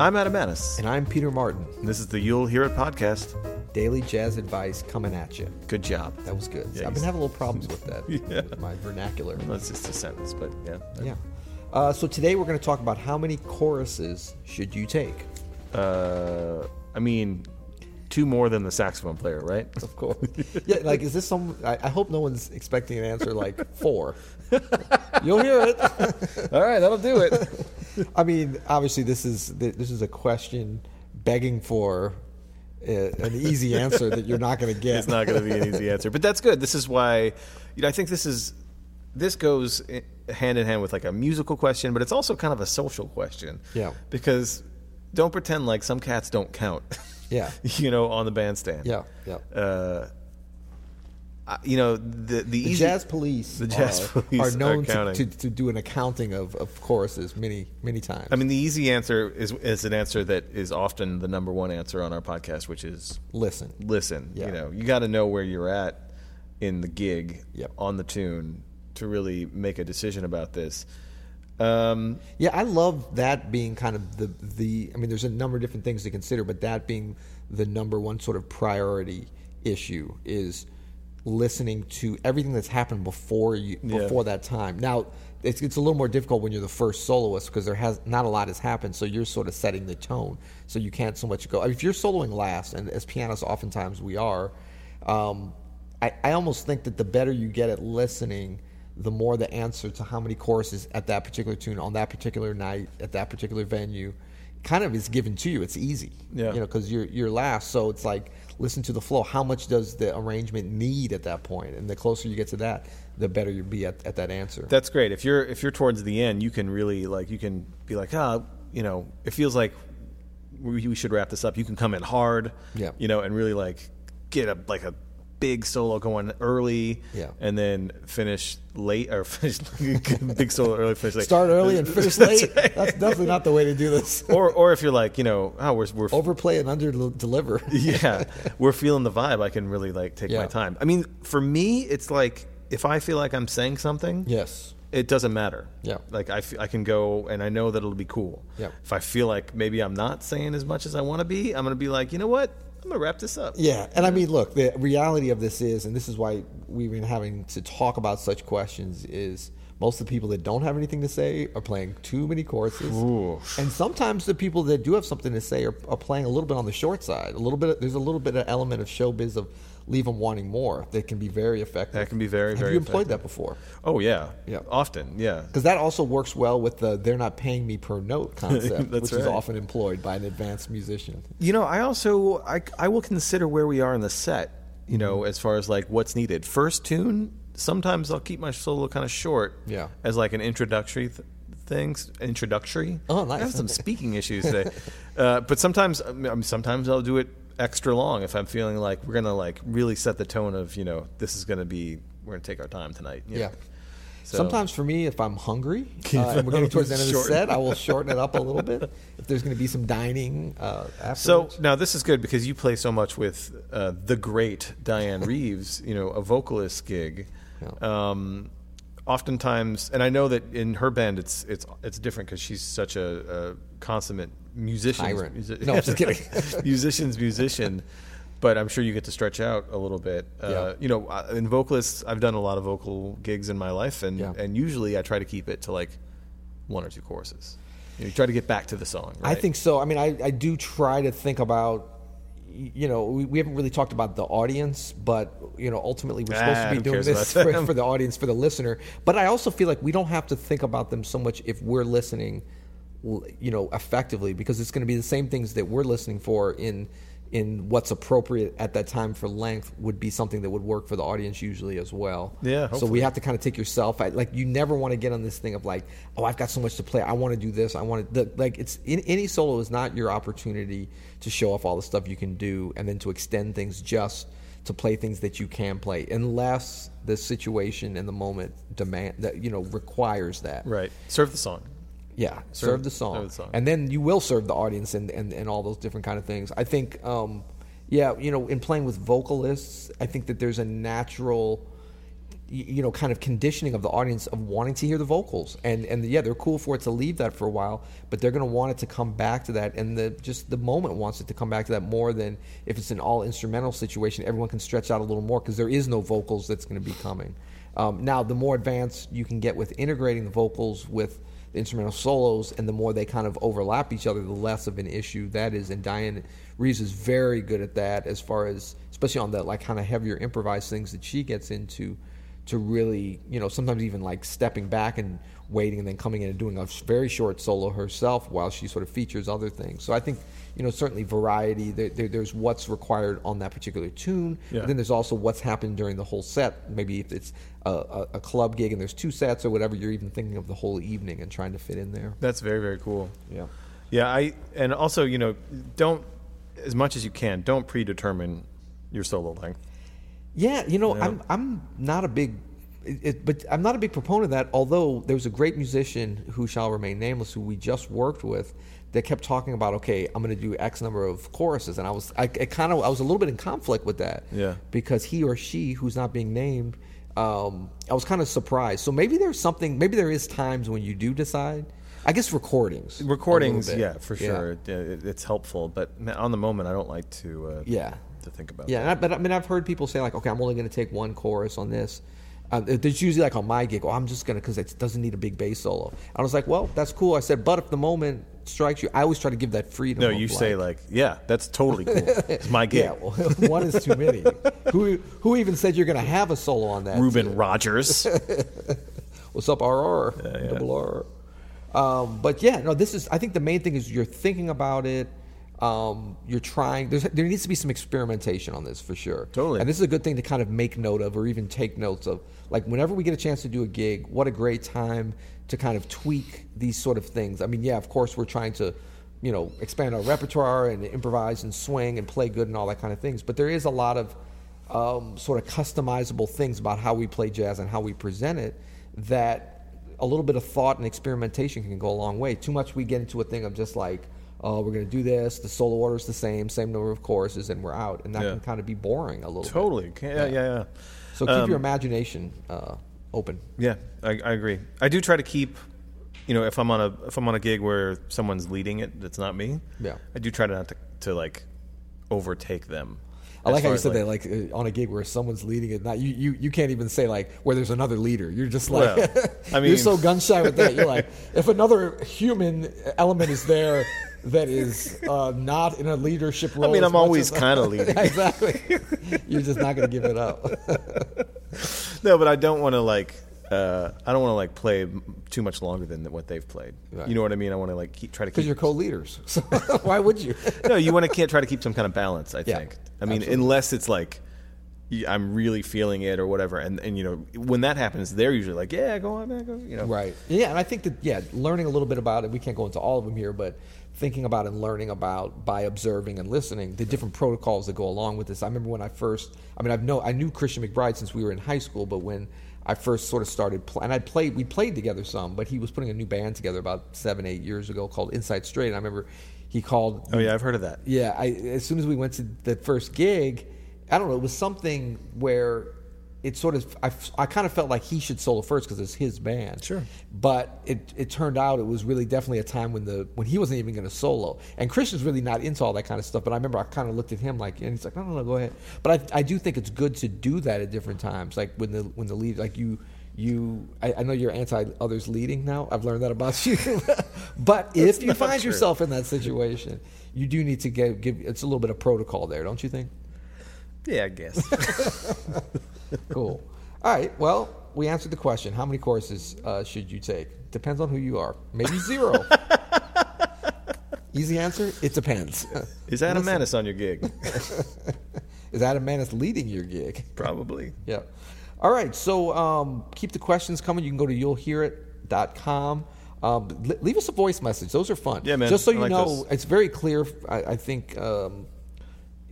I'm Adam Annis. And I'm Peter Martin. and This is the You'll Hear It podcast. Daily jazz advice coming at you. Good job. That was good. Yeah, I've he's- been having little problems with that. with my vernacular. That's just a sentence, but yeah. Yeah. Uh, so today we're going to talk about how many choruses should you take? Uh, I mean, two more than the saxophone player, right? Of course. yeah. Like, is this some? I, I hope no one's expecting an answer like four. You'll hear it. All right, that'll do it. I mean, obviously, this is th- this is a question begging for uh, an easy answer that you're not going to get. it's not going to be an easy answer, but that's good. This is why, you know, I think this is this goes i- hand in hand with like a musical question, but it's also kind of a social question. Yeah. Because don't pretend like some cats don't count. Yeah. you know, on the bandstand. Yeah. Yeah. Uh, I- you know the the, The easy, jazz police, the jazz are, police are are known to, counting. to, to do an accounting of, of choruses many many times. I mean, the easy answer is is an answer that is often the number one answer on our podcast, which is Listen, listen. Yeah. You know, you got to know where you're at in the gig, Yep. on the tune, to really make a decision about this. Um, yeah, I love that being kind of the the. I mean, there's a number of different things to consider, but that being the number one sort of priority issue is listening to everything that's happened before you Yeah. before that time. Now. It's, it's a little more difficult when you're the first soloist because there has not a lot has happened, so you're sort of setting the tone. So you can't so much go. I mean, if you're soloing last, and as pianists oftentimes we are, um, I, I almost think that the better you get at listening, the more the answer to how many choruses at that particular tune on that particular night at that particular venue kind of is given to you. It's easy, Yeah. you know, because you're you're last, so it's like listen to the flow. How much does the arrangement need at that point? And the closer you get to that, the better you'll be at, at that answer. That's great. If you're if you're towards the end, you can really like you can be like, ah, you know, it feels like we, we should wrap this up. You can come in hard, Yeah. you know, and really like get a like a big solo going early, Yeah. and then finish late or finish big solo early, finish late. Start early and finish late. That's definitely not the way to do this. or or if you're like, you know, oh, we're we're Overplay and under deliver. yeah, we're feeling the vibe. I can really like take my Yeah. time. I mean, for me, it's like if I feel like I'm saying something, Yes. it doesn't matter. Yeah. Like I, f- I can go and I know that it'll be cool. Yeah. If I feel like maybe I'm not saying as much as I want to be, I'm going to be like, you know what? I'm going to wrap this up. Yeah, and I mean, look, the reality of this is, and this is why we've been having to talk about such questions, is most of the people that don't have anything to say are playing too many courses, Ooh. and sometimes the people that do have something to say are, are playing a little bit on the short side. A little bit, there's a little bit of element of showbiz of leave them wanting more. That can be very effective. That can be very, have very you employed effective. that before? Oh yeah. Yeah. Often. Yeah. Because that also works well with the "they're not paying me per note" concept, That's which is right. often employed by an advanced musician. You know, I also, I, I will consider where we are in the set, you Mm-hmm. know, as far as like what's needed. First tune, sometimes I'll keep my solo kind of short. Yeah. As like an introductory th- things introductory Oh, nice. i have some speaking issues today uh, but sometimes I mean, sometimes i'll do it extra long if i'm feeling like we're gonna like really set the tone of you know this is gonna be we're gonna take our time tonight you Yeah. know. So- Sometimes for me, if I'm hungry uh, and we're getting towards the end of the Shorten. set, I will shorten it up a little bit. If there's going to be some dining uh, So afterwards. now this is good because you play so much with uh, the great Diane Reeves, you know, a vocalist gig. Um, oftentimes, and I know that in her band, it's it's it's different because she's such a, a consummate musician. Tyrant. No, I'm just kidding. musician's musician. But I'm sure you get to stretch out a little bit. Uh, Yeah. You know, I- in vocalists, I've done a lot of vocal gigs in my life, and Yeah. and usually I try to keep it to like one or two choruses. You, know, you try to get back to the song. Right? I think so. I mean, I, I do try to think about, y- you know, we, we haven't really talked about the audience, but, you know, ultimately we're supposed Ah, to be who doing cares this about for, them? for the audience, for the listener. But I also feel like we don't have to think about them so much if we're listening, l- you know, effectively, because it's going to be the same things that we're listening for in in what's appropriate at that time for length would be something that would work for the audience usually as well. Yeah, So we have to kind of take yourself I, like you never want to get on this thing of like oh i've got so much to play i want to do this i want to the, like it's in, any solo is not your opportunity to show off all the stuff you can do and then to extend things just to play things that you can play unless the situation and the moment demand that you know requires that right. Serve the song. yeah, serve, the, song. serve the song. and then you will serve the audience and, and, and all those different kind of things. I think, um, yeah, you know, in playing with vocalists, I think that there's a natural y- you know kind of conditioning of the audience of wanting to hear the vocals and and yeah they're cool for it to leave that for a while but they're going to want it to come back to that and the just the moment wants it to come back to that more than if it's an all instrumental situation everyone can stretch out a little more because there is no vocals that's going to be coming um, now the more advanced you can get with integrating the vocals with the instrumental solos and the more they kind of overlap each other the less of an issue that is and diane reeves is very good at that as far as especially on the like kind of heavier improvised things that she gets into to really you know sometimes even like stepping back and waiting and then coming in and doing a very short solo herself while she sort of features other things so i think you know certainly variety there, there, there's what's required on that particular tune Yeah. but then there's also what's happened during the whole set maybe if it's a, a, a club gig and there's two sets or whatever you're even thinking of the whole evening and trying to fit in there That's very very cool. yeah Yeah, I and also you know don't as much as you can don't predetermine your solo length. Yeah, you know, I'm I'm not a big, it, it- but I'm not a big proponent of that. Although there was a great musician who shall remain nameless, who we just worked with, that kept talking about, okay, I'm going to do X number of choruses, and I was I, I kind of I was a little bit in conflict with that. Yeah. because he or she who's not being named, um, I was kind of surprised. So maybe there's something. Maybe there is times when you do decide. I guess recordings. a little Recordings, bit. yeah, for Yeah. sure, it, it, it's helpful. But ma- on the moment, I don't like to uh, Yeah. to think about. Yeah, and I, but I mean, I've heard people say like, okay, I'm only going to take one chorus on this. Uh, there's usually like on my gig, oh, I'm just going to because it doesn't need a big bass solo. And I was like, well, that's cool. I said, but if the moment strikes you, I always try to give that freedom. No, of, you say like, yeah, that's totally cool. it's my gig. yeah, well, one is too many. who who even said you're going to have a solo on that? Ruben Rogers. What's up, RR? Double R. Um, but yeah, no, this is. I think the main thing is you're thinking about it. Um, you're trying. There's, there needs to be some experimentation on this for sure. Totally. And this is a good thing to kind of make note of, or even take notes of. Like whenever we get a chance to do a gig, what a great time to kind of tweak these sort of things. I mean, yeah, of course we're trying to, you know, expand our repertoire and improvise and swing and play good and all that kind of things. But there is a lot of um, sort of customizable things about how we play jazz and how we present it that a little bit of thought and experimentation can go a long way. Too much we get into a thing of just like, oh, we're going to do this, the solo order is the same, same number of choruses, and we're out. And that Yeah. can kind of be boring a little totally. Can- Yeah, yeah, yeah. bit. So keep Um, your imagination uh, open. Yeah, I, I agree. I do try to keep, you know, if I'm on a if I'm on a gig where someone's leading it, that's not me. Yeah. I do try to not to, to like overtake them. I As like how far you as, said that, like uh, on a gig where someone's leading it. Not you, you. You can't even say like where there's another leader. You're just like, Well, I mean- you're so gun shy with that. You're like, if another human element is there that is uh, not in a leadership role. I mean, as I'm much always as- kind of leading. exactly. You're just not going to give it up. No, but I don't want to like. Uh, I don't want to like play m- too much longer than what they've played. Right. You know what I mean? I want to like keep, try to Because keep. you're co-leaders. So why would you? no, you want to can't try to keep some kind of balance. I Yeah, think. I mean, unless it's like you- I'm really feeling it or whatever, and and you know when that happens, they're usually like, yeah, go on, man, go. You know, Right. Yeah, and I think that yeah, learning a little bit about it. We can't go into all of them here, but thinking about and learning about by observing and listening the different protocols that go along with this. I remember when I first. I mean, I've know I knew Christian McBride since we were in high school, but when I first sort of started, pl- and I played. We played together some, but he was putting a new band together about seven, eight years ago called Inside Straight. And I remember he called Oh yeah, I've heard of that. Yeah, I, as soon as we went to the first gig, I don't know, it was something where it sort of, I, I kind of felt like he should solo first because it's his band. Sure. But it, it turned out it was really definitely a time when the when he wasn't even going to solo. And Christian's really not into all that kind of stuff. But I remember I kind of looked at him like, and he's like, no, no, no, go ahead. But I, I do think it's good to do that at different times, like when the when the lead, like you. You, I, I know you're anti others leading now. I've learned that about you. but if you not find true. yourself yourself in that situation, you do need to give, give it's a little bit of protocol there, don't you think? Yeah, I guess. Cool. All right. Well, we answered the question. How many courses uh, should you take? Depends on who you are. Maybe zero. Easy answer. It depends. Is that a menace on your gig? Is that a man that's leading your gig? Probably. Yeah. All right. So um, keep the questions coming. You can go to you'llhearit.com. Um, le- leave us a voice message. Those are fun. Yeah, man. Just so I you like know, those. it's very clear. I, I think, um,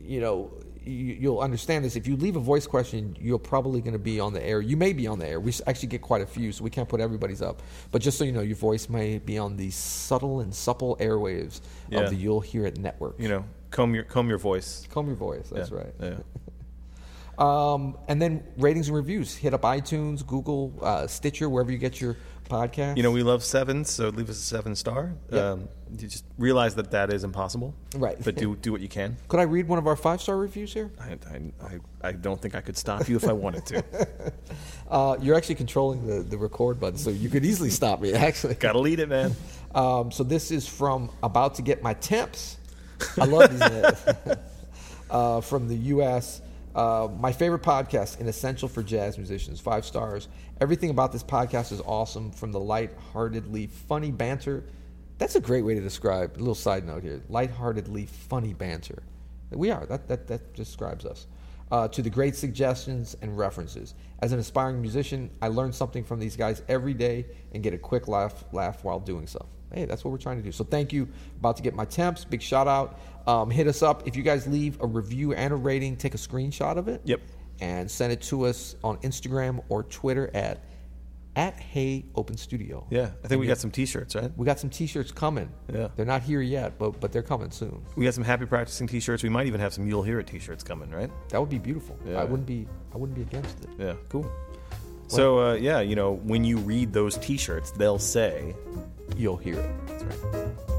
you know, you, you'll understand this. If you leave a voice question, you're probably going to be on the air. You may be on the air. We s- actually get quite a few, so we can't put everybody's up. But just so you know, your voice may be on the subtle and supple airwaves Yeah. of the You'll Hear It network. You know, comb your comb your voice. Comb your voice. That's Yeah, right. yeah. Um, and then ratings and reviews. Hit up iTunes, Google, uh, Stitcher, wherever you get your podcast. You know, we love sevens, so leave us a seven star. Yep. Um, you just realize that that is impossible. Right. But do do what you can. Could I read one of our five star reviews here? I, I, I, I don't think I could stop you if I wanted to. Uh, you're actually controlling the, the record button, so you could easily stop me, actually. Gotta lead it, man. Um, so this is from About to Get My Temps. I love these names. uh, from the U.S. Uh, my favorite podcast, an essential for jazz musicians, five stars. Everything about this podcast is awesome, from the light-heartedly funny banter. That's a great way to describe. A little side note here: light-heartedly funny banter. We are that that that describes us. Uh, to the great suggestions and references. As an aspiring musician, I learn something from these guys every day and get a quick laugh laugh while doing so. Hey, that's what we're trying to do. So thank you. About to get my temps. Big shout out. Um, hit us up if you guys leave a review and a rating. Take a screenshot of it. Yep. And send it to us on Instagram or Twitter at at Hey Open Studio. Yeah. I think we got some t shirts, right? We got some T-shirts coming. Yeah. They're not here yet, but but they're coming soon. We got some happy practicing t shirts. We might even have some You'll Hear It t shirts coming, right? That would be beautiful. Yeah. I wouldn't be I wouldn't be against it. Yeah. Cool. So, uh, yeah, you know, when you read those t shirts, they'll say, You'll hear it. That's right.